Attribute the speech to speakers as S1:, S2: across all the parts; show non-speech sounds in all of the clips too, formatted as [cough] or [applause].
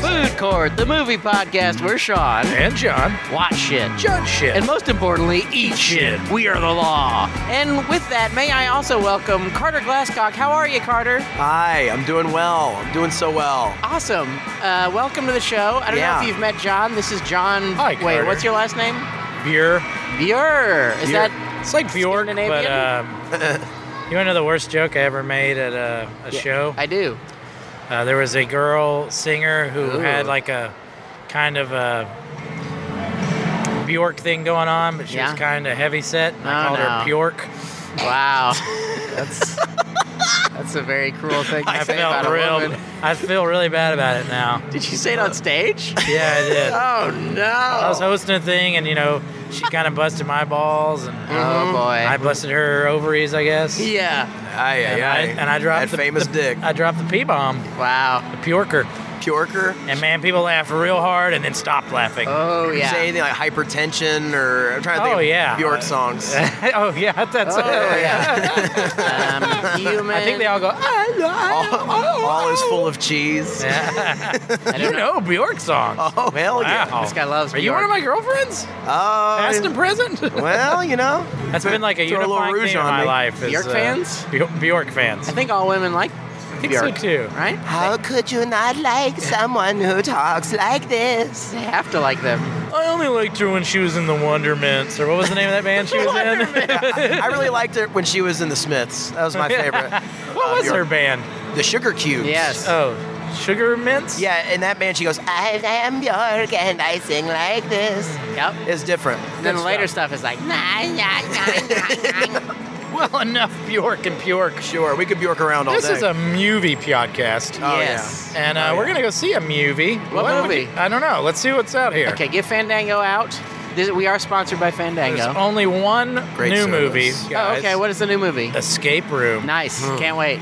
S1: Record, the movie podcast where Sean
S2: and John
S1: watch shit.
S2: judge shit.
S1: And most importantly, eat shit. We are the law. And with that, may I also welcome Carter Glasscock. How are you, Carter?
S3: Hi, I'm doing well. I'm doing so well.
S1: Awesome. Uh, welcome to the show. I don't know
S3: Yeah.
S1: if you've met John. This is John.
S2: Hi,
S1: Wait,
S2: Carter.
S1: what's your last name?
S2: Bjork.
S1: Bjorn. Is
S3: Bjorn.
S1: that?
S2: It's like Bjork, but
S1: Scandinavian?
S2: um, [laughs] you want to know the worst joke I ever made at a, a show?
S1: I do.
S2: Uh, there was a girl singer who
S1: Ooh.
S2: had like a kind of a Bjork thing going on, but she
S1: Yeah.
S2: was kind of heavy set. and I
S1: Oh,
S2: called
S1: no. [laughs]
S2: her Bjork. [laughs]
S1: Wow. That's that's a very cruel thing to
S2: I
S1: say about
S2: felt
S1: a
S2: real.
S1: woman.
S2: [laughs] I feel really bad about it now.
S1: Did you say it on stage?
S2: [laughs] Yeah, I did.
S1: Oh no.
S2: I was hosting a thing, and you know, she kind of busted my balls, and
S1: oh boy.
S2: I busted her ovaries, I guess.
S1: yeah.
S3: Aye,
S2: And, I,
S3: aye, aye.
S2: and I dropped
S3: that
S2: the
S3: famous
S2: the-
S3: dick.
S2: I dropped the p bomb,
S1: Wow.
S2: the Bjorker,
S3: Pjorker.
S2: and man, people laughed real hard and then stopped laughing.
S1: Oh
S3: Did you Say
S1: yeah.
S3: anything like hypertension or I'm trying to think
S2: Oh,
S3: of
S2: yeah.
S3: Bjork
S2: [laughs]
S3: songs.
S2: [laughs] oh yeah, that's.
S1: Oh yeah. um, human.
S2: [laughs] I think they all go. I know,
S3: all, all
S2: I
S3: is full of cheese.
S2: know.
S1: I
S2: [laughs] you
S1: don't know.
S2: know Bjork songs.
S3: [laughs] Oh hell yeah.
S2: Wow.
S1: This guy loves
S2: Are you one of
S1: Bjork.
S2: my girlfriends?
S3: Oh,
S2: Past and present.
S3: [laughs] well, you know.
S2: [laughs] That's been like a
S3: Throw a little
S2: unifying
S3: rouge
S2: theme in
S3: on
S2: my
S3: me.
S2: life. is,
S1: Bjork
S2: uh,
S1: fans?
S2: Bjor- Bjork fans.
S1: I think all women like
S2: [laughs] I think
S1: Bjork,
S2: so too.
S1: right?
S3: How could you not like someone who talks like this?
S2: [laughs]
S1: They have to like them.
S2: I only liked her when she was in the Wonderments, or what was the name of that band she was in?
S3: I really liked it when she was in the Smiths. That was [laughs]
S2: [laughs]
S3: my favorite.
S2: what
S3: Uh,
S2: was
S3: Bjork.
S2: her band?
S3: The Sugar Cubes.
S1: Yes.
S2: Oh, Sugar Mints.
S3: Yeah, in that band she goes, I am Bjork and I sing like this.
S1: Yep.
S3: It's different.
S1: And then
S2: Good
S1: later stuff. is like nah, nah, nah, nah, nah.
S2: Well, enough Bjork and Bjork.
S3: Sure, we could Bjork around all
S2: This
S3: day.
S2: is a movie podcast,
S3: Oh,
S1: yes.
S2: and uh,
S3: Oh,
S2: we're
S3: yeah.
S2: gonna go see a movie.
S1: What
S2: would
S1: movie?
S2: you- I don't know. Let's see what's out here.
S1: Okay, get Fandango out. This, we are sponsored by
S2: There's
S1: Fandango.
S2: only one
S3: Great
S2: new
S3: service.
S2: movie.
S3: Oh,
S1: oh,
S2: Oh, guys. Hmm.
S1: okay. What is the new movie?
S2: Escape Room.
S1: Nice. Can't wait.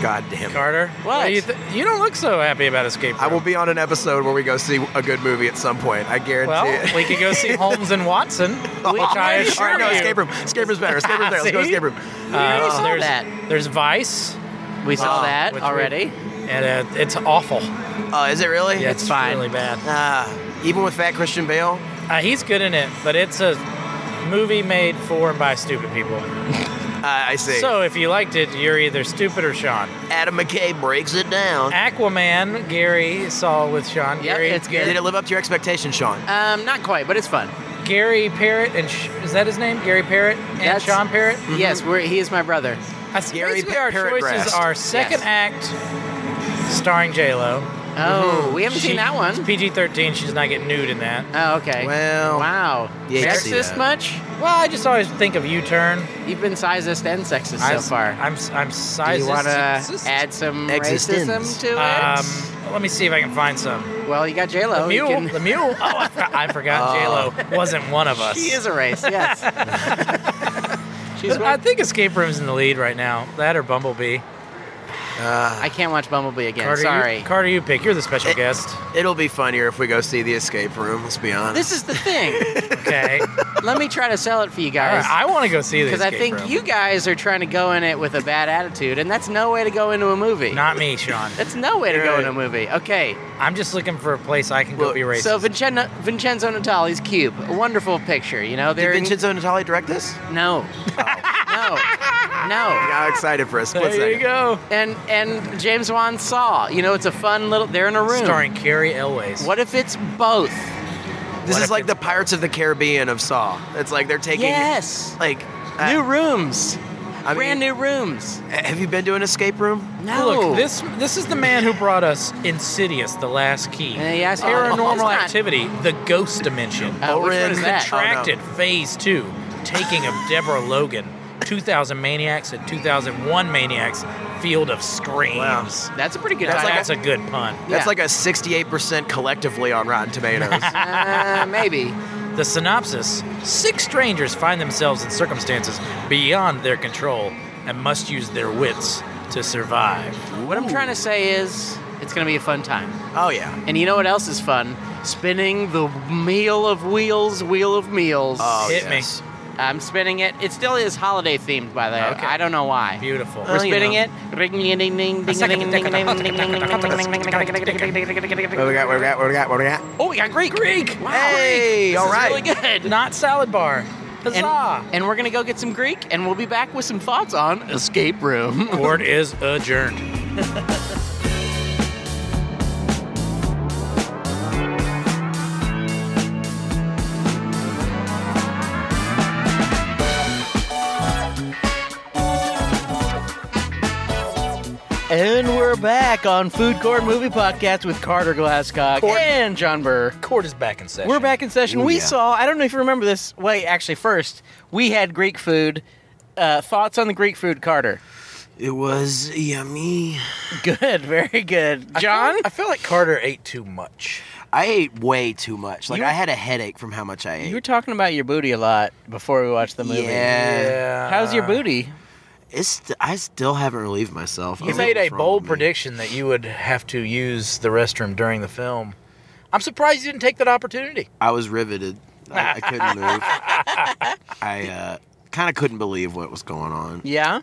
S3: God damn. it.
S2: Carter.
S1: What?
S2: do you, th- you don't look so happy about Escape Room.
S3: I will be on an episode where we go see a good movie at some point. I guarantee
S2: Well,
S3: it. Oh,
S2: we could go see Holmes and Watson,
S3: [laughs]
S2: which I
S1: already
S2: assure
S3: All right, no,
S2: you.
S3: escape room. Escape room's better. Escape room's better. Let's
S2: [laughs]
S3: go
S2: See?
S3: escape room.
S2: Uh,
S1: already saw
S2: there's,
S1: that.
S2: There's Vice.
S1: We saw
S3: Oh,
S1: that
S2: Ah, which we-
S1: already.
S2: And uh, it's awful.
S3: Oh, is it really?
S2: Yeah,
S1: It's
S2: it's,
S1: fine.
S2: really bad.
S3: Ah, even with fat Christian Bale.
S2: Uh, he's good in it, but it's a movie made for and by stupid people.
S3: Uh, I I see.
S2: So if you liked it, you're either stupid or Sean.
S3: Adam McKay breaks it down.
S2: Aquaman, Gary saw with Sean.
S1: Yep,
S2: Gary,
S1: it's good.
S3: Did it live up to your expectations, Sean?
S1: Um, not quite, but it's fun.
S2: Mm-hmm. Gary Parrott and Sh- is that his name? Gary Parrott and
S1: That's- Mm-hmm.
S2: Sean Parrott.
S1: Yes, we're, he is my brother.
S2: I s-
S3: Gary
S2: basically
S3: Pa-
S2: our
S3: Parrott
S2: choices
S3: Grast.
S2: are second
S1: Yes.
S2: act, starring J Lo. Mm-hmm.
S1: Oh, we haven't seen that
S2: It's
S1: one.
S2: PG thirteen. She's not getting nude in that.
S1: Oh, okay.
S3: Well,
S1: wow.
S3: yeah, you can see
S1: sexist
S3: that.
S1: much?
S2: Well, I just always think of U turn.
S1: You've been sizist and sexist
S2: I'm,
S1: so far.
S2: I'm I'm
S1: Do
S2: sizes.
S1: you want to add some racism
S3: Existence.
S1: to it?
S2: Um, let me see if I can find some.
S1: well, you got J Lo.
S2: Um, the mule. The mule. Oh, I, for- I forgot
S1: [laughs]
S2: J Lo wasn't one of us.
S1: She is a race.
S2: [laughs]
S1: Yes. She's.
S2: I
S1: One,
S2: think Escape Room's in the lead right now. That or Bumblebee.
S3: uh,
S1: I can't watch Bumblebee again.
S2: Carter,
S1: Sorry.
S2: You, Carter, you pick. You're the special guest.
S3: It'll be funnier if we go see the escape room. Let's be honest.
S1: this is the
S2: [laughs]
S1: thing. [laughs]
S2: Okay.
S1: Let me try to sell it for you
S2: All
S1: guys.
S2: right, I want to go see this.
S1: because I think
S2: room.
S1: you guys are trying to go in it with a bad attitude, and that's no way to go into a movie.
S2: Not me, Sean.
S1: that's no way to go
S3: Right.
S1: in a movie. Okay,
S2: I'm just looking for a place I can go
S3: Well,
S2: be racist.
S1: so Vincenzo, Vincenzo Natali's Cube, a wonderful picture. You know,
S3: Did
S1: they're in-
S3: Vincenzo Natali direct this?
S1: no, no,
S2: Oh. [laughs]
S1: no.
S3: I got excited for a split
S2: there
S3: second.
S2: you go.
S1: And and James Wan saw. You know, it's a fun little. They're in a room.
S2: Starring Carrie Elways.
S1: What if it's both?
S3: This
S2: What
S3: is
S2: if
S3: like
S2: it-
S3: the Pirates of the Caribbean of Saw. It's like they're taking
S1: Yes.
S3: like uh,
S1: new rooms.
S3: I mean,
S1: Brand new rooms.
S3: Have you been to an escape room?
S1: No.
S2: Look, this this is the man who brought us Insidious, The Last Key,
S1: Uh, yeah, I saw that. It's
S2: Paranormal
S1: not-
S2: Activity, The Ghost Dimension,
S1: Uh, which one
S3: Oren
S1: is that?
S3: Contra-
S2: Contracted Phase Two, Taking of Deborah Logan, 2000 Maniacs and 2001 Maniacs, Field of Screams.
S3: Wow.
S1: That's a pretty good
S2: That's,
S3: like
S1: title.
S2: a good pun.
S1: Yeah.
S3: That's like a 68% collectively on Rotten [laughs] Tomatoes.
S1: uh, maybe.
S2: The synopsis: Six strangers find themselves in circumstances beyond their control and must use their wits to survive.
S1: What I'm trying to say is, it's gonna be a fun time.
S3: oh yeah.
S1: And you know what else is fun? Spinning the meal of wheels, wheel of meals.
S3: Oh,
S2: Hit
S3: yes.
S2: me.
S1: I'm spinning it. It still is holiday themed, by the way.
S2: Okay.
S1: I don't know why.
S2: Beautiful.
S1: We're
S4: Well, you
S1: spinning
S4: know.
S1: it. Ring ding ding ding ding ding ding ding ding ding ding ding ding.
S3: What do we got? What do we got? What do we got? What do we got?
S1: Oh, we got Greek.
S2: Greek.
S1: Wow, Greek.
S3: Hey,
S1: This
S3: all
S1: is
S3: right.
S1: Really good.
S2: Not salad bar.
S1: And,
S2: Huzzah.
S1: and we're gonna go get some Greek, and we'll be back with some thoughts on Escape Room.
S2: Court is adjourned.
S1: [laughs] And we're back on Food Court Movie Podcast with Carter Glasscock
S2: Court.
S1: and John Burr.
S2: Court is back in session.
S1: We're back in session.
S3: Ooh,
S1: we
S3: yeah.
S1: saw, I don't know if you remember this. Wait, actually, first, we had Greek food. Uh, thoughts on the Greek food, Carter? [laughs]
S3: It was yummy.
S1: Good, very good.
S2: I feel-
S1: John?
S2: I feel like Carter ate too much.
S3: I ate way too much. Like
S1: You-
S3: I had a headache from how much I ate.
S1: You were talking about your booty a lot before we watched the movie.
S3: Yeah.
S1: How's your booty?
S3: It's st- I still haven't relieved myself. I
S2: You
S3: don't know
S2: made a
S3: what's wrong
S2: bold
S3: with me.
S2: prediction that you would have to use the restroom during the film. I'm surprised you didn't take that opportunity.
S3: I was riveted. I,
S2: [laughs]
S3: I couldn't move. I uh, kind of couldn't believe what was going on.
S1: Yeah?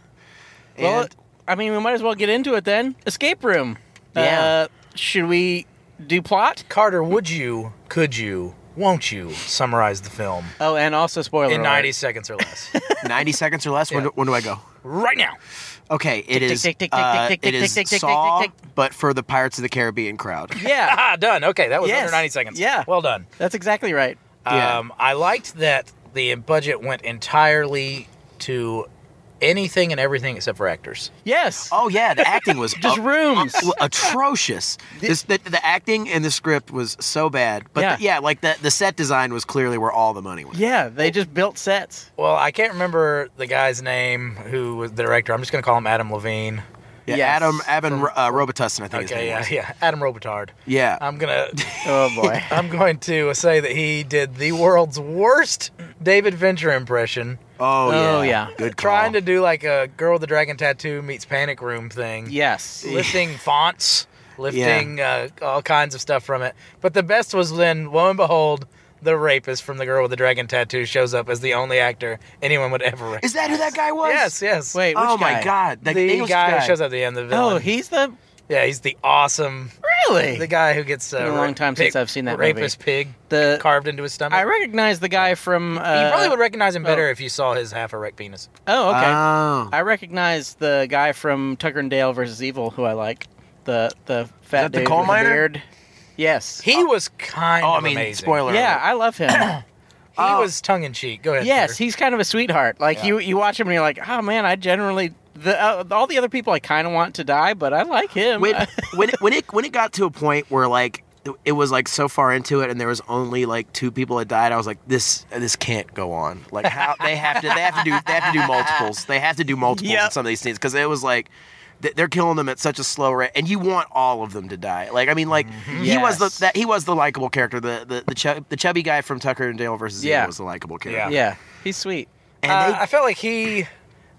S1: Well,
S3: And-
S1: I mean, we might as well get into it then. Escape room.
S3: Yeah.
S1: Uh, should we do plot?
S2: Carter, would you, could you, won't you summarize the film
S1: Oh, and also spoiler
S2: in
S1: alert.
S2: 90 seconds or
S3: [laughs]
S2: less?
S3: 90 seconds or less. When,
S2: Yeah.
S3: do, when do I go?
S2: right now.
S3: Okay, it
S1: tick,
S3: is.
S1: tick, tick, tick,
S3: uh,
S1: tick, tick,
S3: It
S1: tick, tick, tick,
S3: is
S1: tick,
S3: Saw,
S1: tick,
S3: but for the Pirates of the Caribbean crowd.
S1: Yeah,
S2: Ah, done. Okay, that was
S1: Yes.
S2: under 90 seconds.
S1: Yeah.
S2: Well done.
S1: that's exactly right.
S3: Yeah.
S2: Um, I liked that the budget went entirely to anything and everything except for actors.
S1: Yes.
S3: Oh yeah, the acting was
S1: [laughs] Just rooms.
S3: well, atrocious. This, the, the acting and the script was so bad. But
S1: Yeah.
S3: the- yeah, like the, the set design was clearly where all the money went.
S1: Yeah, they just built sets.
S2: Well, I can't remember the guy's name who was the director. I'm just going to call him Adam Levine.
S3: Yeah,
S1: Yes.
S3: Adam Adam uh, Robitussin, I think his
S2: Okay,
S3: name
S2: yeah,
S3: was.
S2: yeah. Adam Robotard.
S3: Yeah.
S1: Uh,
S2: I'm
S3: [laughs]
S2: gonna
S1: Oh boy.
S2: I'm going to say that he did the world's worst David Venture impression.
S3: oh yeah.
S1: Oh, yeah.
S3: Good call.
S2: Trying to do like a girl with the dragon tattoo meets panic room thing.
S1: yes.
S3: [laughs]
S2: Lifting fonts, lifting uh, all kinds of stuff from it. But the best was when, lo and behold, the rapist from the girl with the dragon tattoo shows up as the only actor anyone would ever rape.
S3: Is that who that guy was?
S2: Yes, yes.
S1: Wait,
S3: oh
S1: which
S3: my
S1: guy?
S3: god.
S2: The,
S3: The, English
S2: guy, who shows up at the end, the villain.
S1: Oh, he's the
S2: yeah, he's the awesome,
S1: really
S2: the
S1: the,
S2: guy who gets uh,
S1: Been a long time
S2: pig-
S1: since I've seen that movie.
S2: rapist pig carved into his stomach.
S1: I recognize the guy from. Uh,
S2: you probably would recognize him better
S1: oh.
S2: if you saw his half erect penis.
S1: Oh, okay.
S3: Oh.
S1: I recognize the guy from Tucker and Dale versus Evil, who I like. The the fat
S3: that the
S1: dude
S3: coal
S1: with
S3: miner?
S1: beard. Yes.
S2: He was kind
S3: Oh,
S2: of
S3: I mean,
S2: amazing.
S3: spoiler.
S1: yeah,
S3: alert.
S1: I love him.
S2: He was tongue in cheek. Go ahead.
S1: Oh. yes,
S2: Peter.
S1: he's kind of a sweetheart. Like you, you watch him and you're like, oh man, I generally the uh, all the other people I kind of want to die, but I like him. [laughs]
S3: [laughs] when when it, when it when it got to a point where like it was like so far into it and there was only like two people that died i was like this this can't go on like how they have to they have to do they have to do multiples they have to do multiples in
S1: Yep.
S3: some of these scenes because it was like th- they're killing them at such a slow rate and you want all of them to die like i mean like he was
S1: Mm-hmm. Yes.
S3: the that he was the likable character the the the, chub, the chubby guy from tucker and dale versus
S1: Yeah.
S3: Evil was the likable character
S1: yeah, he's sweet.
S3: and
S2: Uh,
S3: they
S2: I felt like he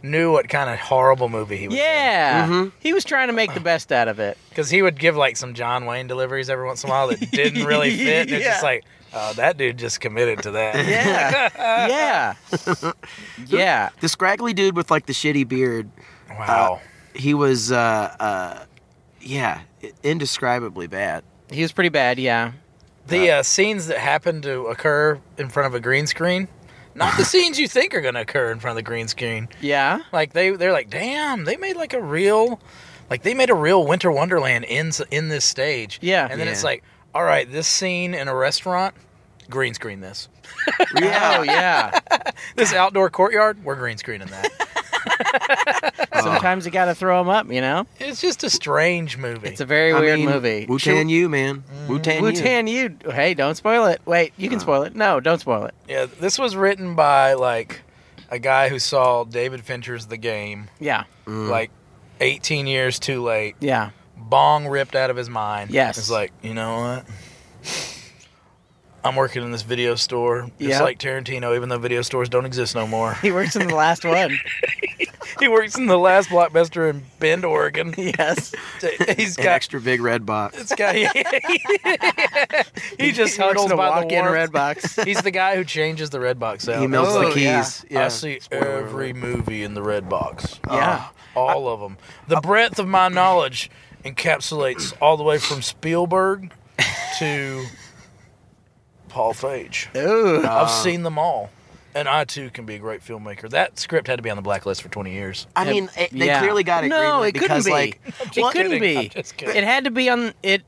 S2: knew what kind of horrible movie he was.
S1: Yeah, he was trying to make the best out of it.
S2: Because he would give like some John Wayne deliveries every once in a while that didn't really
S1: [laughs]
S2: fit. And It's
S1: Yeah.
S2: just like, oh, that dude just committed to that.
S1: Yeah, yeah, yeah.
S3: the scraggly dude with like the shitty beard
S2: Wow.
S3: he was uh uh yeah i- indescribably bad
S1: He was pretty bad. Yeah,
S2: the uh, scenes that happen to occur in front of a green screen, not
S1: [laughs]
S2: the scenes you think are going to occur in front of the green screen.
S1: yeah.
S2: Like they they're like, damn, they made like a real, like they made a real Winter Wonderland in s- in this stage.
S1: Yeah.
S2: and then it's
S3: Yeah.
S2: like, all right, this scene in a restaurant, green screen this. [laughs]
S1: Oh yeah.
S2: This outdoor courtyard, we're green
S1: [laughs]
S2: screening that.
S3: Oh.
S1: Sometimes you got to throw him up. You know,
S2: it's just a strange movie.
S1: it's a very weird movie.
S3: wu tan you Uh. man
S5: Mm.
S3: wu tan
S1: Wu Tan you. Hey, don't spoil it. Wait, you can spoil it. No, don't spoil it.
S2: yeah, this was written by like a guy who saw David Fincher's The Game
S1: Yeah,
S2: like 18 years too late.
S1: yeah.
S2: bong ripped out of his mind.
S1: Yes.
S2: It's like, you know what? I'm working in this video store,
S1: Yep.
S2: just like Tarantino, even though video stores don't exist no more. [laughs]
S3: [laughs]
S1: He works in the last one.
S2: he works in the last blockbuster in Bend,
S3: [laughs]
S2: Oregon.
S3: Yes.
S2: He's
S3: An
S2: got
S3: extra big red box.
S2: This
S3: [laughs]
S2: guy, he just
S3: works
S2: huddles
S3: in a
S2: by the
S3: walk-in
S2: wharf.
S3: red
S5: [laughs] Oh,
S3: box.
S2: [laughs] He's the guy who changes the red box out.
S3: He melts
S2: Oh,
S3: the keys. Yeah.
S2: I see every movie in the red box.
S3: Yeah.
S2: Oh, all of them. The breadth of my knowledge encapsulates all the way from Spielberg to Paul Fage.
S5: Ooh.
S2: I've seen them all. And I too can be a great filmmaker. That script had to be on the blacklist for 20 years.
S3: I mean, it, they
S5: Yeah.
S3: clearly got it.
S5: No,
S3: greenlit
S5: it couldn't
S3: because,
S5: be.
S3: Like,
S5: it couldn't
S2: kidding.
S5: be.
S2: I'm just kidding.
S5: It had to be on it.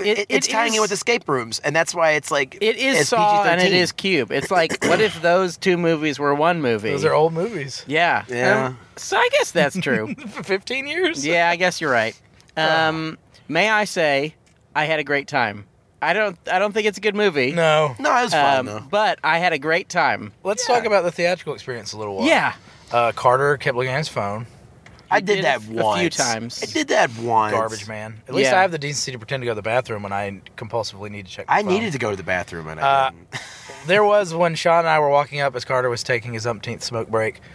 S5: It,
S3: it- it's
S5: it
S3: tying
S5: is-
S3: in with escape rooms, and that's why it's like
S5: It is
S3: it's
S5: Saw and it
S3: PG-13.
S5: is Cube. It's like, what if those two movies were one movie?
S2: Those are old
S5: [laughs]
S2: movies.
S5: yeah.
S3: Yeah.
S5: Um, so I guess that's
S2: [laughs]
S5: true.
S2: For 15 years?
S5: [laughs] yeah, I guess you're right. Um, may I say, I had a great time. I don't. I don't think it's a good movie.
S2: No.
S3: No, it was fun
S5: Um,
S3: though.
S5: but I had a great time.
S2: Let's talk about the theatrical experience a little while.
S5: Yeah.
S2: Uh, Carter kept looking at his phone.
S3: I
S5: did
S3: did,
S5: it
S3: that
S5: a few
S3: once.
S5: times.
S3: I did that once.
S2: Garbage man. At least
S5: Yeah.
S2: I have the decency to pretend to go to the bathroom when I compulsively need to check. My
S3: I
S2: phone.
S3: needed to go to the bathroom, and
S2: Uh,
S3: I didn't. [laughs]
S2: There was when Sean and I were walking up as Carter was taking his umpteenth smoke break. [laughs]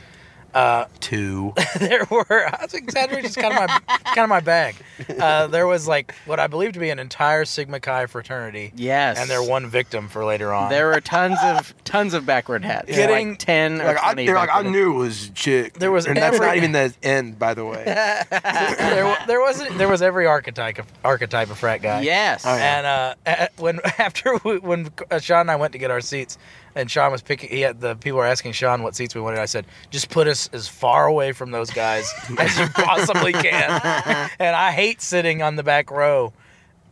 S5: [laughs]
S3: two.
S2: There were I was exaggerating, it's kind of my [laughs] kind of my bag. Uh, there was like what I believe to be an entire Sigma Chi fraternity.
S5: Yes.
S2: and their one victim for later on. [laughs]
S5: There were tons of tons of backward hats.
S2: Getting-
S5: like ten or
S3: Like, I,
S5: twenty.
S3: they're like, I
S5: backward hats.
S3: knew it was a chick.
S2: There was
S3: and that's not
S2: every-
S3: even the end, by the
S5: [laughs]
S3: way.
S2: there, wa- there wasn't. There was every archetype of, archetype of frat guy.
S5: Yes.
S3: Oh, yeah.
S2: And uh, at- when [laughs] after we, when uh, Sean and I went to get our seats, and Sean was picking, he had the people were asking Sean what seats we wanted. I said, just put us as far away from those
S5: [laughs]
S2: guys as you possibly can. and I hate sitting on the back row,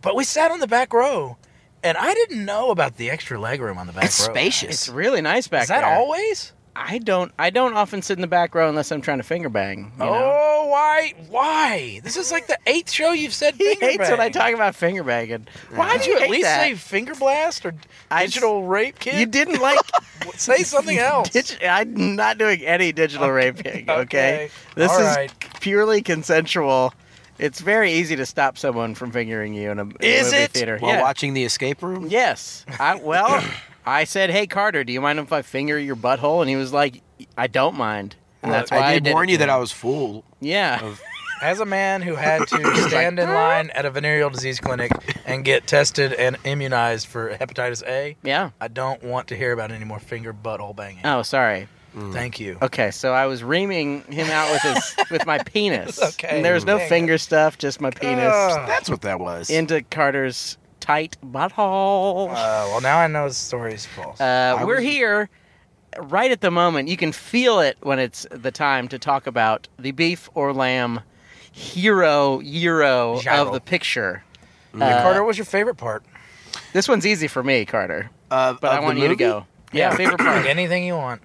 S2: but we sat on the back row, and I didn't know about the extra leg room on the back
S3: It's
S2: row.
S3: spacious.
S5: It's really nice back
S2: Is that
S5: there.
S2: always?
S5: I don't. I don't often sit in the back row unless I'm trying to finger bang. You know? [laughs]
S2: Oh, why? Why? This is like the eighth show you've said.
S5: he
S2: finger
S5: hates when I
S2: bang.
S5: talk about finger banging. Why
S2: Why'd
S5: did
S2: you at
S5: hate
S2: least
S5: that?
S2: say finger blast or
S5: I
S2: digital rape kid?
S5: You didn't like.
S2: [laughs] Say something else.
S5: dig- I'm not doing any digital raping. Okay.
S2: okay.
S5: This
S2: All
S5: is
S2: right.
S5: purely consensual. It's very easy to stop someone from fingering you in a, in a
S2: Is
S5: movie
S2: it?
S5: theater.
S3: While
S5: yeah.
S3: watching the escape room,
S5: Yes.
S3: [clears throat]
S5: I, well, I said, "Hey Carter, do you mind if I finger your butthole?" And he was like, "I don't mind." And that's why
S3: I
S5: I
S3: did warn
S5: it
S3: you
S5: to
S3: that
S5: him.
S3: I was fooled.
S5: Yeah.
S2: As a man who had
S5: [coughs]
S2: to stand in line at a venereal disease clinic and get tested and immunized for hepatitis A,
S5: Yeah.
S2: I don't want to hear about any more finger butthole banging.
S5: Oh, sorry.
S2: Thank you.
S5: Okay, so I was reaming him out
S2: [laughs]
S5: with his with my penis.
S2: Okay.
S5: And there was no
S2: Dang it.
S5: finger stuff, just my penis
S2: Ugh.
S3: That's what that was.
S5: into Carter's tight butthole.
S2: Uh, well, now I know his story is false.
S5: Uh, we're here right at the moment. You can feel it when it's the time to talk about the beef or lamb hero euro
S2: Gyro.
S5: of the picture. uh,
S2: Hey, Carter, what was your favorite part?
S5: This one's easy for me, Carter,
S3: Uh,
S5: but I
S3: of the
S5: want you to
S3: movie?
S5: go. Yeah, favorite part.
S2: Anything you want.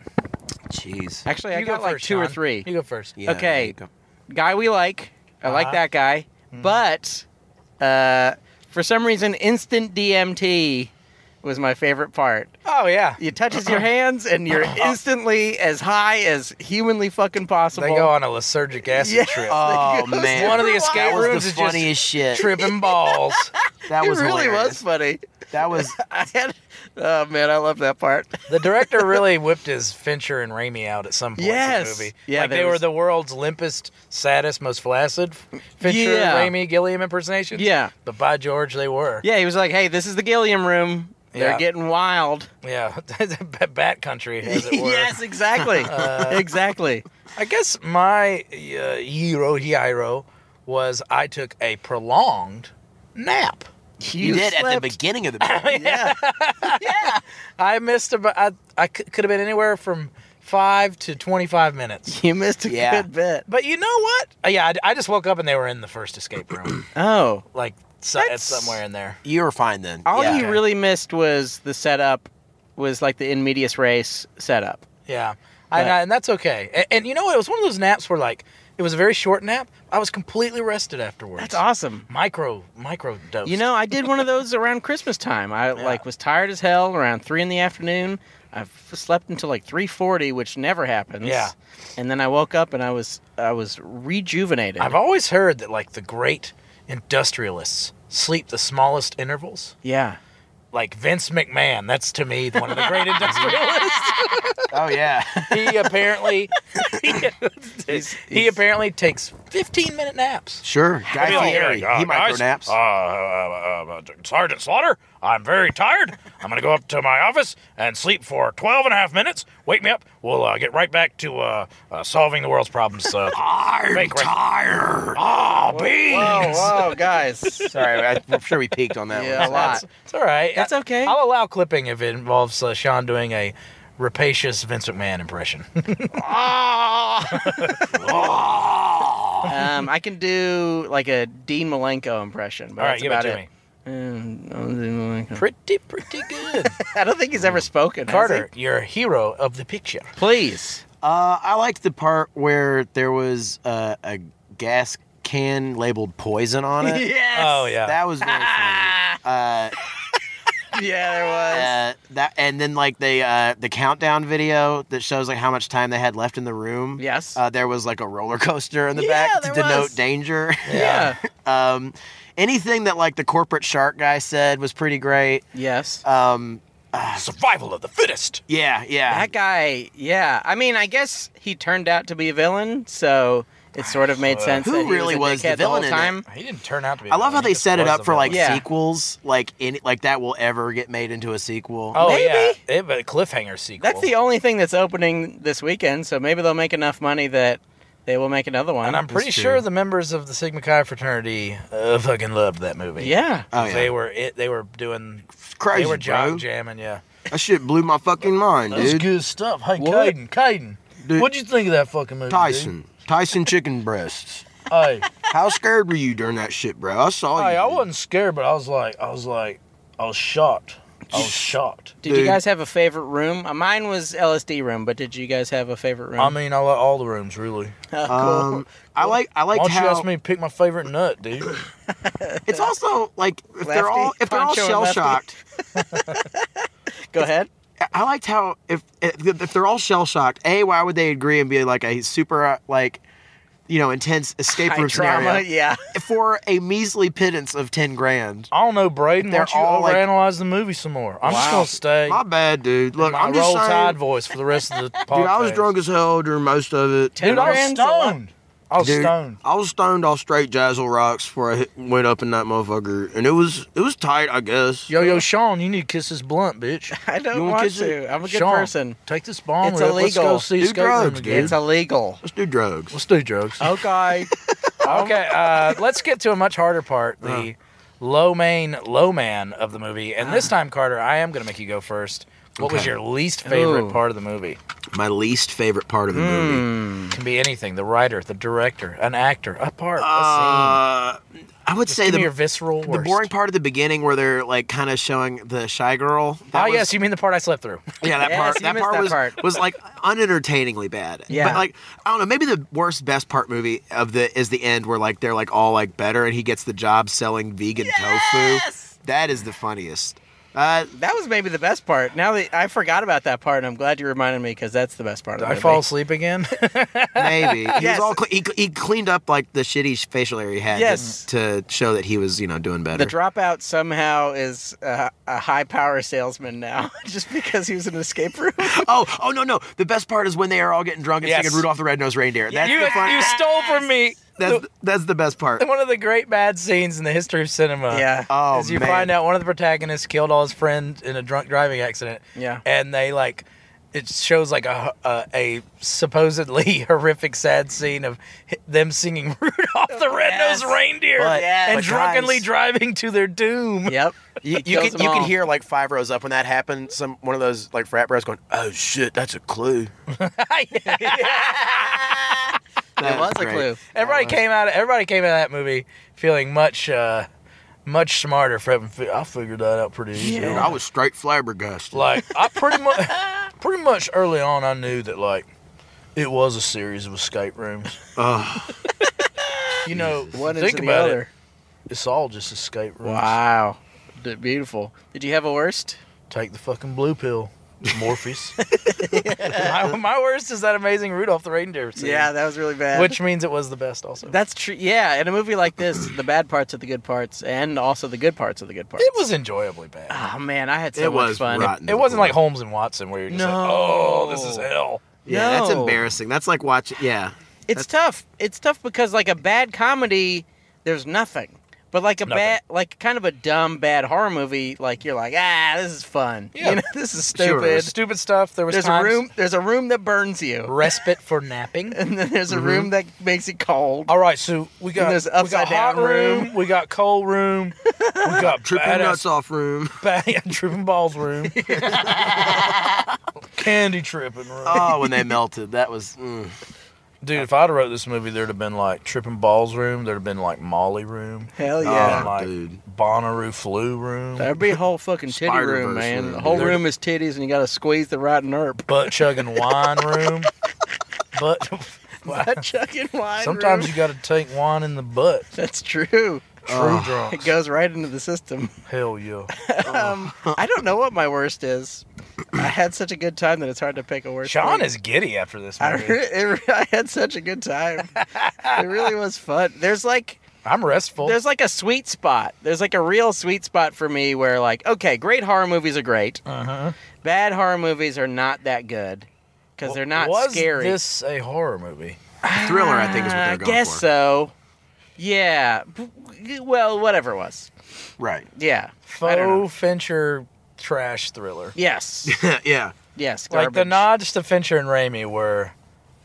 S3: Jeez.
S5: [coughs] Actually, I
S2: you go
S5: got like
S2: first,
S5: two or
S2: Sean.
S5: three.
S2: You go first.
S3: Yeah,
S5: Okay.
S3: you go.
S5: guy we like. I like
S2: Uh-huh.
S5: that guy. But uh, for some reason, instant DMT was my favorite part.
S2: Oh yeah.
S5: It touches [coughs] your hands, and you're instantly as high as humanly fucking possible.
S2: They go on a lysergic acid
S5: Yeah.
S2: trip.
S3: Oh man,
S2: One of the
S3: that
S2: escape
S3: was
S2: rooms
S3: the
S2: is
S3: funniest shit.
S2: just tripping balls.
S3: That
S5: It
S3: was
S5: really was
S3: hilarious.
S5: funny. [laughs]
S3: That was
S5: I had, oh man, I love that part.
S2: The director really whipped his Fincher and Raimi out at some point in
S5: Yes.
S2: the movie.
S5: Yeah,
S2: like they
S5: there
S2: were
S5: was-
S2: the world's limpest, saddest, most flaccid Fincher,
S5: Yeah.
S2: Raimi, Gilliam impersonations.
S5: Yeah.
S2: But by George, they were.
S5: Yeah, he was like, "Hey, this is the Gilliam room. They're
S2: Yeah.
S5: getting wild."
S2: Yeah. [laughs] Bat country, as
S5: [laughs]
S2: it were.
S3: [laughs]
S5: yes, exactly,
S3: Uh,
S5: [laughs] exactly.
S2: I guess my uh, hero, hero was I took a prolonged nap.
S3: you, did at the
S5: slept.
S3: beginning
S5: [laughs]
S3: of the movie.
S5: Yeah,
S2: I missed about, I, I c- could have been anywhere from five to 25 minutes.
S5: you missed a
S3: Yeah.
S5: good bit.
S2: But you know what? Uh, Yeah, I, I just woke up and they were in the first escape room.
S5: Oh,
S2: like, so,
S5: That's-
S2: somewhere in there.
S3: you were fine then.
S5: all
S3: yeah.
S5: you really missed was the setup, was like the in medias race setup.
S2: Yeah, and,
S5: But-
S2: I, and that's okay. And, and you know what? It was one of those naps where like it was a very short nap. I was completely rested afterwards.
S5: That's awesome.
S2: Micro micro dose.
S5: You know, I did one of those around Christmas time. [laughs] I like was tired as hell around three in the afternoon. I f- slept until like three forty, which never happens.
S2: Yeah.
S5: and then I woke up and I was I was rejuvenated.
S2: I've always heard that like the great industrialists sleep the smallest intervals.
S5: yeah, [laughs]
S2: Like Vince McMahon, that's to me one of the great industrialists.
S3: Oh yeah. [laughs]
S2: He
S5: [laughs]
S2: apparently he apparently takes 15 minute naps.
S3: Sure. Guy
S6: Be like,
S3: Fieri.
S6: "Hey,
S3: he
S6: uh,
S3: micro
S6: guys,
S3: naps.
S6: Uh, uh, uh, uh, Sergeant Slaughter, I'm very tired. I'm going to go up to my office and sleep for 12 and a half minutes. Wake me up. We'll uh, get right back to uh, uh, solving the world's problems. Uh,
S3: I'm
S6: Fake rec-
S3: tired.
S6: oh, beans.
S5: Whoa, [laughs] whoa, guys.
S3: [laughs] Sorry, I, I'm sure we peaked on that
S5: Yeah, a
S3: one.
S5: lot.
S2: It's all right.
S5: That's
S2: I-
S5: okay.
S2: I'll allow clipping if it involves uh, Sean doing a rapacious Vince
S6: [laughs]
S2: McMahon impression.
S5: Um, I can do like a Dean Malenko impression, but
S2: All right,
S5: that's
S2: give it
S5: about
S2: to
S5: it.
S2: me.
S5: Um, I'm Dean Malenko.
S2: pretty pretty good.
S5: I don't think he's ever spoken. has
S2: Carter, you're a hero of the picture.
S5: he? please.
S3: Uh, I liked the part where there was uh, a gas can labeled poison on it.
S5: [laughs] [laughs] Yes.
S2: Oh yeah.
S3: That was very funny. Uh,
S5: Yeah, there was.
S3: uh, that and then like the uh, the countdown video that shows like how much time they had left in the room.
S5: Yes.
S3: Uh, there was like a roller coaster in the
S5: Yeah,
S3: back
S5: there
S3: to denote
S5: was.
S3: danger. [laughs]
S5: yeah.
S3: um, anything that like the corporate shark guy said was pretty great.
S5: Yes.
S3: Um,
S6: Survival of the fittest.
S3: yeah, yeah.
S5: that guy. Yeah. I mean, I guess he turned out to be a villain, so it sort of made sense.
S3: Who
S5: that he
S3: really was
S5: was, a
S3: the
S5: dickhead whole
S3: villain in it?
S5: time?
S2: [laughs] He didn't turn out to be. a
S3: I love
S2: villain.
S3: how
S2: He
S3: they
S2: just
S3: set it
S2: was
S3: up
S2: the
S3: for like
S2: villain.
S5: Yeah.
S3: sequels, like any like that will ever get made into a sequel.
S2: Oh
S5: Maybe?
S2: yeah, they have a cliffhanger sequel.
S5: That's the only thing that's opening this weekend, so maybe they'll make enough money that they will make another one.
S2: And I'm pretty
S3: That's
S2: sure
S3: true.
S2: the members of the Sigma Chi fraternity uh, fucking loved that movie.
S5: yeah.
S3: Oh, yeah.
S2: They were it. They were doing.
S3: Crazy,
S2: they were
S3: bro.
S2: jog jamming. Yeah,
S3: That shit blew my fucking mind,
S2: that's
S3: dude.
S2: good stuff. Hey,
S5: What?
S2: Caden, Caden,
S3: Dude.
S2: what'd you think of that fucking movie? dude?
S3: Tyson, Tyson chicken breasts.
S2: Hey,
S3: How scared were you during that shit, bro? I saw you.
S2: hey, I
S3: dude.
S2: wasn't scared, but I was like, I was like, I was shocked. I was shocked.
S5: Did you
S3: Dude.
S5: guys have a favorite room? Uh, Mine was LSD room, but did you guys have a favorite room?
S2: I mean, I like all the rooms really.
S5: Oh, cool.
S3: Um, I like I
S2: Why
S3: like
S2: don't you
S3: how
S2: ask me to pick my favorite nut, dude?
S3: it's also like if they're
S5: Lefty,
S3: all if they're all
S5: Pancho and
S3: shell
S5: Lefty.
S3: shocked.
S5: Go ahead.
S3: I liked how if if if they're all shell shocked, a why would they agree and be like a super uh, like you know intense escape
S5: High
S3: room
S5: trauma,
S3: scenario
S5: [laughs] yeah.
S3: for a measely pittance of ten grand?
S2: I don't know, Braden. Why
S3: They're
S2: don't you
S3: all, like-
S2: overanalyze the movie some more? I'm just
S5: Wow.
S2: gonna stay.
S3: My bad, dude. Look,
S2: my
S3: I'm just
S2: roll
S3: saying,
S2: tide voice for the rest of the
S3: [laughs]
S2: podcast.
S3: dude. I was drunk as hell during most of it.
S5: Ten
S2: Dude, I was
S5: grand's a lot.
S2: stoned. I was
S3: Dude,
S2: stoned.
S3: I was stoned off straight Jazzle Rocks before I hit, went up in that motherfucker, and it was it was tight, I guess.
S2: Yo, yo, Sean, you need to kiss this blunt, [laughs] bitch.
S5: I don't
S3: You wanna
S5: want
S3: kiss
S5: to.
S3: it?
S5: I'm a good
S2: Sean,
S5: person.
S2: Take this bomb.
S5: It's
S2: with it. Let's
S5: illegal.
S2: go see
S3: Do
S2: escape room
S3: drugs,
S2: again.
S3: dude.
S5: It's illegal.
S3: Let's do drugs.
S2: Let's do drugs.
S5: Okay.
S2: Oh, okay, [laughs] uh, let's get to a much harder part. The low main, low man of the movie. And this time, Carter, I am going to make you go first. What was
S3: Okay.
S2: your least favorite
S5: Ooh.
S2: part of the movie?
S3: My least favorite part of the movie.
S2: Hmm, Can be anything. The writer, the director, an actor, a part, a scene.
S3: Uh, I would say
S2: Give
S3: the
S2: me your visceral worst.
S3: the boring part of the beginning where they're like kind of showing the shy girl.
S2: Oh
S3: that was-
S2: yes, you mean the part I slept through.
S3: yeah, that
S5: Yes,
S3: part.
S5: you
S3: That
S5: missed
S3: part
S5: that
S3: was
S5: part.
S3: was like unentertainingly bad.
S5: Yeah.
S3: but like I don't know. Maybe the worst best part movie of the is the end where like they're like all like better and he gets the job selling vegan tofu. That is the funniest. Uh,
S5: that was maybe the best part. Now that I forgot about that part, and I'm glad you reminded me because that's the best part of the
S2: I
S5: movie.
S2: fall asleep again. [laughs]
S5: [laughs]
S3: maybe he
S5: Yes.
S3: was all cle- he, he cleaned up like the shitty facial area he had
S5: Yes.
S3: to, to show that he was you know doing better.
S5: The dropout somehow is uh, a high power salesman now, [laughs] just because he was in an
S3: [laughs]
S5: escape room.
S3: [laughs] oh oh no no. The best part is when they are all getting drunk and
S2: Yes.
S3: singing Rudolph the Red Nosed Reindeer. [laughs] That's
S2: you,
S3: the fun-
S2: you stole from me
S3: That's the, that's the best part.
S2: one of the great bad scenes in the history of cinema.
S5: yeah.
S3: Oh
S2: As you
S3: man.
S2: find out one of the protagonists killed all his friends in a drunk driving accident.
S5: Yeah.
S2: And they like it shows like a a, a supposedly [laughs] horrific sad scene of hi- them singing [laughs] Rudolph the Red-Nosed
S5: Yes.
S2: Reindeer
S3: But-
S5: Yes.
S2: and
S3: but
S2: drunkenly
S3: guys-
S2: driving to their doom. [laughs]
S3: [laughs]
S5: yep.
S3: You, you
S5: Kills
S3: could
S5: them
S3: you could
S5: all.
S3: hear like five rows up when that happened. Some one of those like frat bros going, "Oh shit, that's a clue." That
S5: It was a
S3: great.
S5: clue.
S2: Everybody came out. Of, everybody came out of that movie feeling much, uh, much smarter. For having, fi- I figured that out pretty easy.
S3: Dude, I was straight flabbergasted.
S2: Like I pretty much,
S3: [laughs]
S2: pretty much early on, I knew that like it was a series of escape rooms.
S3: Ugh.
S2: You know,
S5: One
S2: think
S5: into the
S2: about
S5: other.
S2: it. It's all just escape rooms.
S5: Wow. D- Beautiful. Did you have a worst?
S2: Take the fucking blue pill.
S5: [laughs]
S6: Morpheus.
S2: my, my worst is that amazing Rudolph the reindeer scene.
S5: Yeah, that was really bad.
S2: which means it was the best also.
S5: that's true. Yeah, in a movie like this, the bad parts of the good parts, and also the good parts of the good parts.
S2: it was enjoyably bad.
S5: Oh man, I had so
S3: it
S5: much
S3: was
S5: fun.
S3: rotten.
S2: It wasn't like Holmes and Watson where you're just like, oh, this is
S5: No.
S2: hell.
S3: Yeah, that's
S5: No.
S3: embarrassing. That's like watching. Yeah,
S5: It's tough. It's tough because like a bad comedy, there's nothing. But like a
S6: Nothing.
S5: bad, like kind of a dumb bad horror movie, like you're like, ah, this is fun.
S2: Yeah.
S5: You know, [laughs] this is
S3: Sure.
S5: stupid.
S2: Stupid stuff. There was
S5: There's a
S2: times-
S5: room. There's a room that burns you, [laughs]
S2: respite for napping.
S5: and then there's a
S2: Mm-hmm.
S5: room that makes you cold.
S2: All right, so we got
S5: there's
S2: we got
S5: upside
S2: hot
S5: down room.
S2: room, we got cold room,
S5: [laughs]
S2: we got
S3: tripping
S2: [laughs]
S3: nuts
S2: badass
S3: off room.
S2: ba- yeah, tripping balls
S5: [laughs]
S2: room, candy tripping room.
S3: [laughs]
S5: Uh,
S3: Oh, when they melted, that was. Mm.
S2: Dude, if I'd have wrote this movie, there'd have been like tripping balls room, there'd have been like Molly room, Uh,
S5: Hell
S3: Oh,
S5: yeah.
S2: like
S3: dude.
S2: Bonnaroo flu room,
S5: That'd be a whole fucking titty room,
S3: Spider-Verse
S5: man.
S3: room,
S5: The whole
S3: dude.
S5: room is titties, and you gotta squeeze the rotten
S2: [laughs]
S5: herb.
S2: butt chugging
S5: [laughs]
S2: wine room, butt.
S5: Chucking wine.
S2: Sometimes
S5: room.
S2: you got to take wine in the butt.
S5: [laughs] That's true.
S2: True
S3: Oh.
S5: It
S2: drunk.
S5: goes right into
S2: [laughs]
S5: the system.
S2: Hell yeah.
S5: Um, I don't know what my worst is. I had such a good time that it's hard to pick a worst.
S2: Sean
S5: thing.
S2: is giddy after this
S5: I,
S2: movie.
S5: re- it re- I had such a good time. it really was fun. There's like
S2: I'm restful.
S5: there's like a sweet spot. There's like a real sweet spot for me where like okay, great horror movies are great.
S2: Uh-huh.
S5: Bad horror movies are not that good because they're not
S2: Was
S5: scary.
S2: this a horror movie?
S3: Thriller, I think, is what
S5: Ah, I
S3: they're going
S5: guess
S3: for.
S5: so. Yeah. B- Well, whatever it was.
S3: Right.
S5: Yeah. I don't know.
S2: Faux Fincher trash thriller.
S3: [laughs]
S5: Yes.
S3: [laughs] yeah,
S5: Yes.
S2: Like the
S5: garbage.
S2: nods to Fincher and Raimi were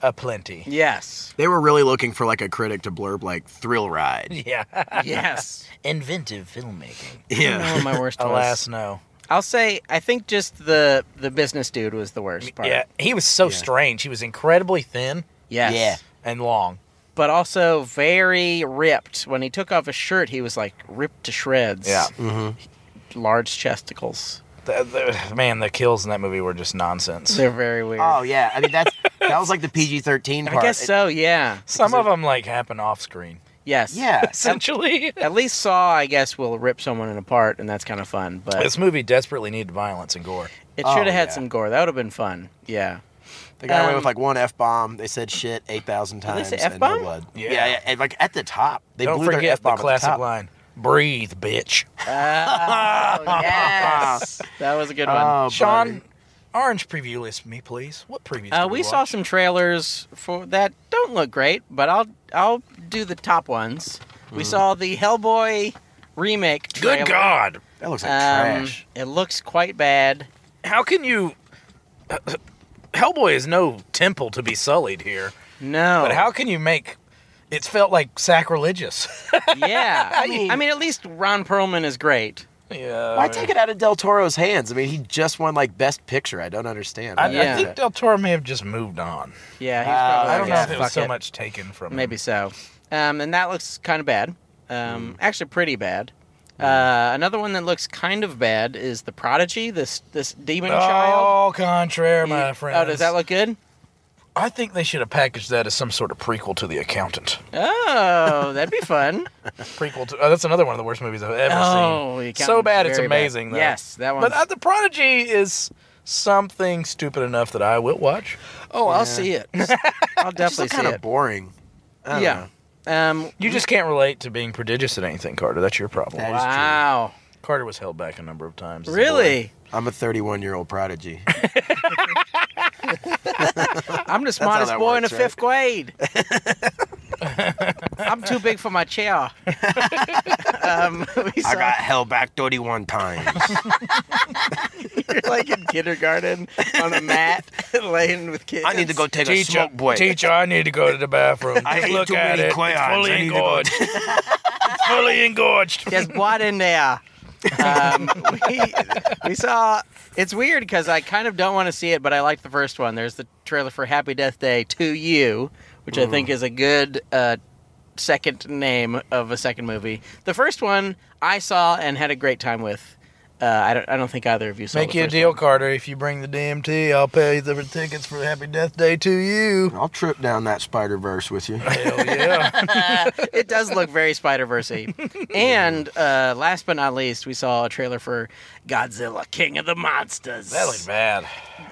S2: a plenty.
S5: Yes.
S3: they were really looking for like a critic to blurb like thrill
S5: [laughs]
S3: ride.
S2: [laughs] Yeah.
S5: Yes.
S2: Inventive filmmaking.
S5: I don't
S3: [laughs]
S5: know
S3: Yeah.
S5: what
S3: [laughs]
S5: my worst was.
S2: Alas, no.
S5: I'll say I think just the the business dude was the worst part.
S2: Yeah, he was so strange. He was incredibly thin
S5: Yes.
S2: and long.
S5: But also very ripped. When he took off his shirt, he was like ripped to shreds.
S2: Yeah.
S5: Mm-hmm. Large chesticles.
S2: The- the- man, the kills in that movie were just nonsense.
S5: They're very weird.
S3: [laughs] Oh yeah, I mean that's that was like the PG thirteen
S5: I
S3: part.
S5: guess so. Yeah.
S2: Some of them like happen off screen.
S5: Yes. [laughs]
S3: Yeah,
S2: Essentially, [laughs]
S5: At least Saw, I guess, will rip someone apart, and that's kind of fun. But
S2: this movie desperately needed violence and gore.
S5: it should
S3: Oh,
S5: have had
S3: yeah.
S5: some gore. That would have been fun. Yeah.
S3: they got away
S5: Um,
S3: with like one f bomb. They said shit eight thousand
S5: they
S3: times.
S5: say
S3: and no
S5: F-bomb?
S3: blood.
S2: Yeah.
S3: Yeah. yeah, and like at the top, they
S2: Don't
S3: blew their
S2: forget
S3: f bomb
S2: the
S3: at the
S2: classic
S3: top.
S2: line: "Breathe, bitch."
S5: Oh, yes. [laughs] that was a good one.
S3: Oh,
S2: Sean,
S3: buddy.
S2: orange preview list for me, please. What previews?
S5: Uh,
S2: did
S5: we
S2: watch?
S5: saw some trailers for that don't look great, but I'll I'll do the top ones. We
S3: Mm.
S5: saw the Hellboy remake. Trailer.
S6: Good God.
S3: that looks like
S5: Um,
S3: trash.
S5: it looks quite bad.
S2: How can you? [clears throat] Hellboy is no temple to be sullied here,
S5: No,
S2: but how can you make? It's felt like sacrilegious.
S5: [laughs]
S2: [laughs]
S5: yeah, I mean, at least Ron Perlman is great.
S2: Oh, yeah.
S3: Why take it out of Del Toro's hands? I mean, he just won like Best Picture. I don't understand.
S2: I,
S3: Why
S2: I
S5: Yeah.
S2: think Del Toro may have just moved on.
S5: Yeah, he's
S3: Uh,
S5: probably
S2: I don't know
S5: yeah,
S2: if it
S5: fuck
S2: was so much taken from. him.
S5: Maybe so. Um, and that looks kind of bad. Um,
S2: Mm.
S5: Actually, pretty bad. Uh, another one that looks kind of bad is the Prodigy. This this demon child.
S2: All contraire,
S5: You-
S2: Oh, my friend.
S5: Oh, does that look good?
S2: I think they should have packaged that as some sort of prequel to The Accountant.
S5: Oh, that'd be
S2: [laughs]
S5: fun.
S2: Prequel to. Oh, that's another one of the worst movies I've ever
S5: oh,
S2: seen.
S5: the
S2: So
S5: accountant's
S2: bad, it's
S5: very
S2: amazing. Though.
S5: Yes, that one.
S2: But uh, the Prodigy is something stupid enough that I will watch.
S5: oh, [laughs] I'll see it. I'll
S3: It's
S5: definitely
S3: just
S5: see
S3: kind of
S5: it.
S3: boring. I don't
S5: Yeah.
S3: know.
S5: Um.
S2: You just can't relate to being prodigious at anything, Carter. That's your problem.
S3: That is true.
S5: Wow.
S2: Carter was held back a number of times. as a boy.
S5: Really?
S3: I'm a 31 year old prodigy.
S5: I'm the
S3: how
S5: smartest
S3: that
S5: boy in the
S3: works,
S5: fifth grade.
S3: [laughs]
S5: I'm too big for my chair. um, [laughs] we saw
S3: I got held back 31 times. [laughs]
S5: her, like in kindergarten on a mat, [laughs] laying with kids.
S3: I need to go take a
S2: Teacher,
S3: smoke break.
S2: teacher, I need to go to the bathroom.
S3: [laughs] I
S2: Just
S3: ate
S2: look
S3: too
S2: at
S3: many
S2: it.
S3: crayons.
S2: It's
S3: I
S2: fully
S3: need to go- [laughs]
S2: engorged. It's fully engorged.
S5: There's blood in there. Um, [laughs] we, we saw. It's weird because I kind of don't want to see it, but I liked the first one. There's the trailer for Happy Death Day to You, which I
S2: Mm.
S5: think is a good uh, second name of a second movie. The first one I saw and had a great time with. Uh, I don't. I don't think either of you saw.
S2: Make
S5: the
S2: you a
S5: first
S2: deal,
S5: one.
S2: Carter. If you bring the DMT, I'll pay you the tickets for Happy Death Day to you.
S3: I'll trip down that Spider Verse with you.
S2: Hell
S3: [laughs]
S2: yeah.
S5: It does look very Spider Verse.
S2: [laughs]
S5: and uh, last but not least, we saw a trailer for Godzilla King of the Monsters.
S2: that looked bad.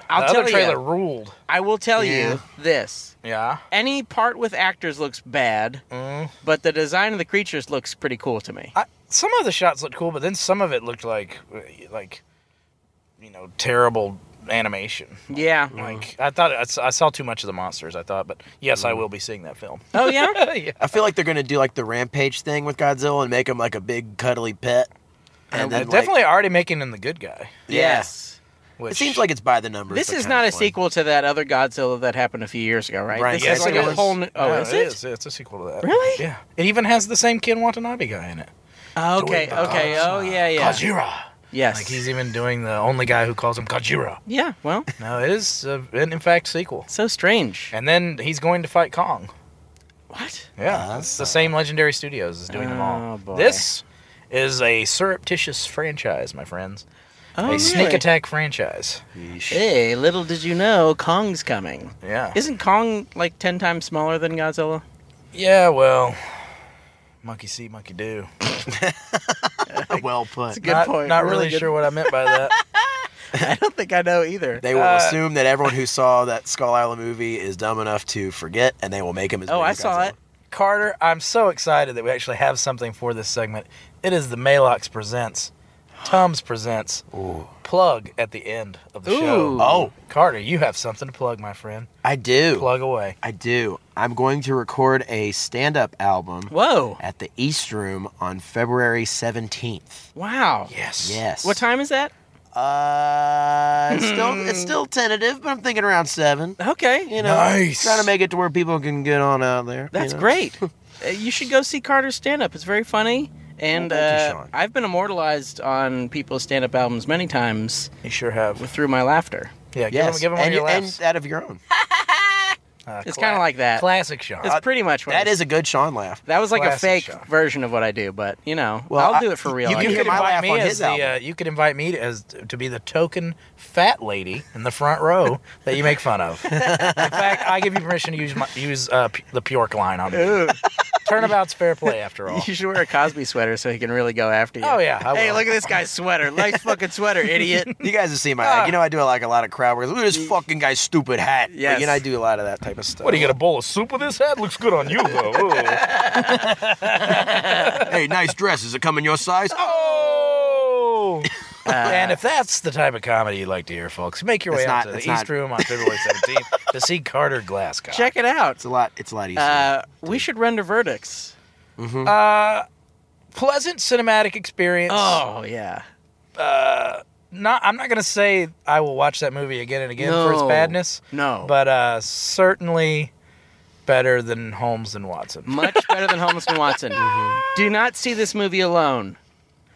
S5: I'll
S2: the
S5: tell
S2: other trailer
S5: you.
S2: ruled.
S5: I will tell
S3: Yeah.
S5: you this.
S2: Yeah. mm.
S5: Any part with actors looks bad, but the design of the creatures looks pretty cool to me.
S2: I, some of the shots looked cool, but then some of it looked like like you know terrible animation.
S5: yeah.
S2: Like I thought I, I saw too much of the monsters. I thought, but yes, I will be seeing that film.
S5: Oh yeah.
S2: [laughs] yeah.
S3: I feel like they're gonna do like the rampage thing with Godzilla and make him like a big cuddly pet. And
S2: They're
S3: then, like-
S2: definitely already making him the good guy.
S5: yes.
S2: Which,
S3: It seems like it's by the numbers.
S5: This
S3: but
S5: is
S3: kinda
S5: not a
S3: fun.
S5: sequel to that other Godzilla that happened a few years ago, right?
S3: Right.
S5: This
S3: Yes,
S5: is like
S3: it
S5: a
S3: is.
S5: whole. New, oh,
S2: Yeah,
S5: is it?
S2: is. It's a sequel to that.
S5: Really?
S2: Yeah. It even has the same Ken Watanabe guy in it.
S5: Okay. Okay. Oh yeah. Yeah.
S2: Kajira.
S5: Yes.
S2: Like he's even doing the only guy who calls him Kajira.
S5: yeah. Well,
S2: No, it is uh, an in fact sequel.
S5: so strange.
S2: And then he's going to fight Kong.
S5: What?
S2: Yeah, Uh, it's the same Legendary Studios is doing them
S5: Oh,
S2: all.
S5: boy.
S2: This is a surreptitious franchise, my friends.
S5: Oh,
S2: a
S5: really?
S2: sneak attack franchise.
S5: Hey, little did you know, Kong's coming.
S2: Yeah.
S5: Isn't Kong like ten times smaller than
S2: Uh,
S5: Godzilla?
S2: yeah, well, monkey see, monkey do. [laughs]
S3: well put.
S5: Good
S2: not,
S5: point.
S2: Not
S5: Really
S2: really,
S5: good-
S2: sure what I meant by that.
S5: [laughs] I don't think I know either.
S3: They will
S2: Uh,
S3: assume that everyone who saw that Skull Island movie is dumb enough to forget, and they will make him as.
S5: oh,
S3: big
S5: I
S3: as
S5: saw
S3: Godzilla.
S5: it.
S2: Carter, I'm so excited that we actually have something for this segment. It is the Malox presents, Tums presents, plug at the end of the show. Uh,
S5: Ooh.
S3: Oh,
S2: Carter, you have something to plug, my friend.
S3: I do.
S2: Plug away.
S3: I do. I'm going to record a stand-up album
S5: Whoa!
S3: at the East Room on February 17th.
S5: Wow.
S2: Yes.
S3: Yes.
S5: What time is that?
S3: Uh, it's still it's still tentative, but I'm thinking around seven.
S5: Okay.
S3: You know,
S2: Nice.
S3: trying to make it to where people can get on out there. you
S5: That's
S3: know. [laughs]
S5: great. Uh, you should go see Carter's stand up. It's very funny. And
S3: Well, thank you,
S5: uh,
S3: Sean.
S5: I've been immortalized on people's stand up albums many times
S2: You sure have.
S5: through my laughter.
S2: Yeah, give
S3: Yes,
S2: him, give him one
S3: and,
S2: of your
S3: you- and
S2: laughs.
S3: out of your own.
S2: Uh,
S5: It's
S2: cla-
S5: kind of like that.
S2: classic Sean. Uh,
S5: It's pretty much what
S3: uh, That
S5: I-
S3: is a good Sean laugh.
S5: That was like a
S2: classic
S5: fake
S2: show.
S5: version of what I do, but you know,
S3: Well,
S5: I'll
S3: I-
S5: do it for real.
S3: you
S5: I
S3: can
S5: guess.
S2: you
S3: hear
S2: could
S3: my
S2: invite
S3: laugh
S2: me
S3: on
S2: as
S3: his
S2: the, uh, you could invite me as to be the token fat lady in the front row that you make fun
S3: [laughs]
S2: of. in fact, I give you permission to use my, use uh, p- the Pjork line on
S3: [laughs]
S2: me.
S5: [laughs] Ooh,
S2: Turnabout's fair play after all.
S5: you should wear a Cosby sweater so he can really go after you.
S2: Oh yeah, I
S5: Hey,
S2: will.
S5: look at this
S3: [laughs]
S5: guy's sweater. Nice fucking sweater, idiot.
S3: You guys have seen my, like, you know, I do like a lot of crowd work. Look at this fucking guy's stupid hat. Like,
S5: Yes.
S3: you know, I do a lot of that type of stuff.
S6: What do you get a bowl of soup with this head? Looks good on you
S2: [laughs]
S6: though. Ooh.
S3: Hey, nice dress. Does it come in your size?
S2: Oh! and if that's the type of comedy you'd like to hear, folks, make your
S3: Uh,
S2: way
S3: It's not-
S2: out to the
S3: it's
S2: East
S3: not.
S2: Room on February 17th to see Carter Glasscock.
S5: Check it out.
S3: It's a lot. It's a lot easier.
S5: Uh, we should render verdicts.
S2: Uh, Pleasant cinematic experience.
S5: Oh yeah.
S2: Not, I'm not going to say I will watch that movie again and again for its
S5: No.
S2: badness.
S5: No.
S2: But uh, certainly better than Holmes and Watson.
S5: Much better than Holmes
S3: [laughs]
S5: and Watson.
S3: Mm-hmm.
S5: Do not see this movie alone.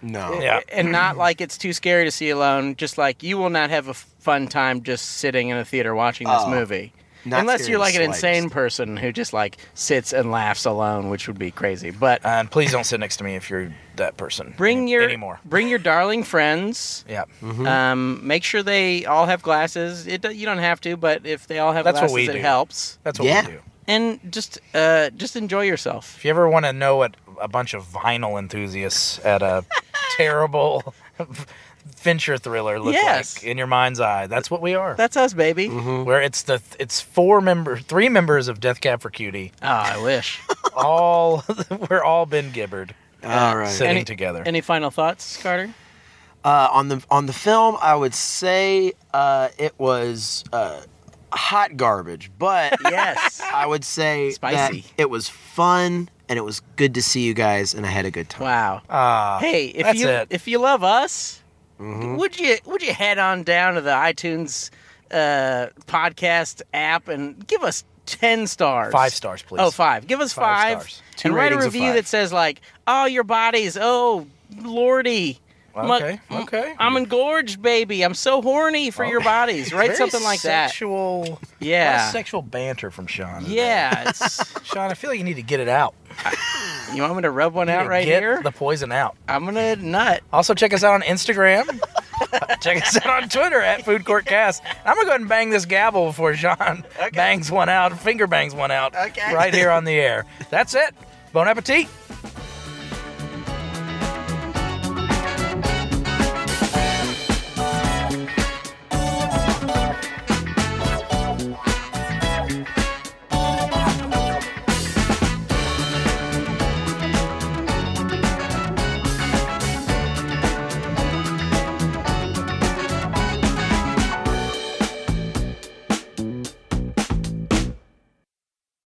S3: no.
S2: Yeah.
S5: And not like it's too scary to see alone, just like you will not have a fun time just sitting in a theater watching this
S3: Oh,
S5: movie.
S3: not
S5: Unless
S3: scary
S5: you're
S3: in the
S5: like an
S3: slightest.
S5: insane person who just like sits and laughs alone, which would be crazy. But
S2: And please don't sit next to me if you're that person.
S5: bring
S2: any-
S5: your
S2: anymore.
S5: bring your darling friends.
S2: Yeah.
S3: Mm-hmm.
S5: Um, make sure they all have glasses. It, do- you don't have to, but if they all have
S2: That's what
S5: glasses,
S2: we
S5: it
S2: do.
S5: helps.
S2: That's what
S3: Yeah.
S2: we do.
S5: And just uh, just enjoy yourself.
S2: If you ever want to know what a bunch of vinyl enthusiasts at
S5: [laughs]
S2: a terrible [laughs] Fincher thriller look
S5: Yes.
S2: like in your mind's eye, that's what we are.
S5: That's us, baby.
S3: Mm-hmm.
S2: Where it's the it's four member, three members of Death Cab for Cutie.
S5: Oh, I wish.
S2: All [laughs] we're all Ben Gibbard
S3: All right.
S2: sitting
S5: Any-
S2: together.
S5: Any final thoughts, Carter?
S3: uh, on the on the film, I would say uh, it was uh, hot garbage, but
S5: Yes.
S3: I would say
S5: Spicy.
S3: that it was fun and it was good to see you guys, and I had a good time.
S5: [laughs] Wow.
S2: Ah,
S5: Hey, if
S2: that's
S5: you
S2: it. Mm-hmm.
S5: if you love us, would you would you head on down to the iTunes uh, podcast app and give us ten stars?
S2: Five stars, please.
S5: Oh, five. Give us
S2: Five
S5: five,
S2: stars.
S3: Two
S5: and write a
S3: ratings of
S5: review
S3: five.
S5: that says like, "Oh, your bodies. Oh, lordy." Mu-
S2: Okay, okay.
S5: I'm engorged, baby. I'm so horny for your bodies. Write something like
S2: Oh. sexual, that. Sexual,
S5: Yeah.
S2: sexual banter from Sean.
S5: that.
S2: today.
S5: Yeah. It's,
S2: Sean, I feel like you need to get it out.
S5: you want me to rub one out right
S2: get
S5: here?
S2: the poison out.
S5: I'm gonna nut.
S2: Also, check us out on Instagram. [laughs] check us out on Twitter at Food Court Cast. I'm gonna go ahead and bang this gavel before Sean bangs one out, finger bangs one out,
S5: Okay.
S2: right here on the air. That's it. Bon appetit.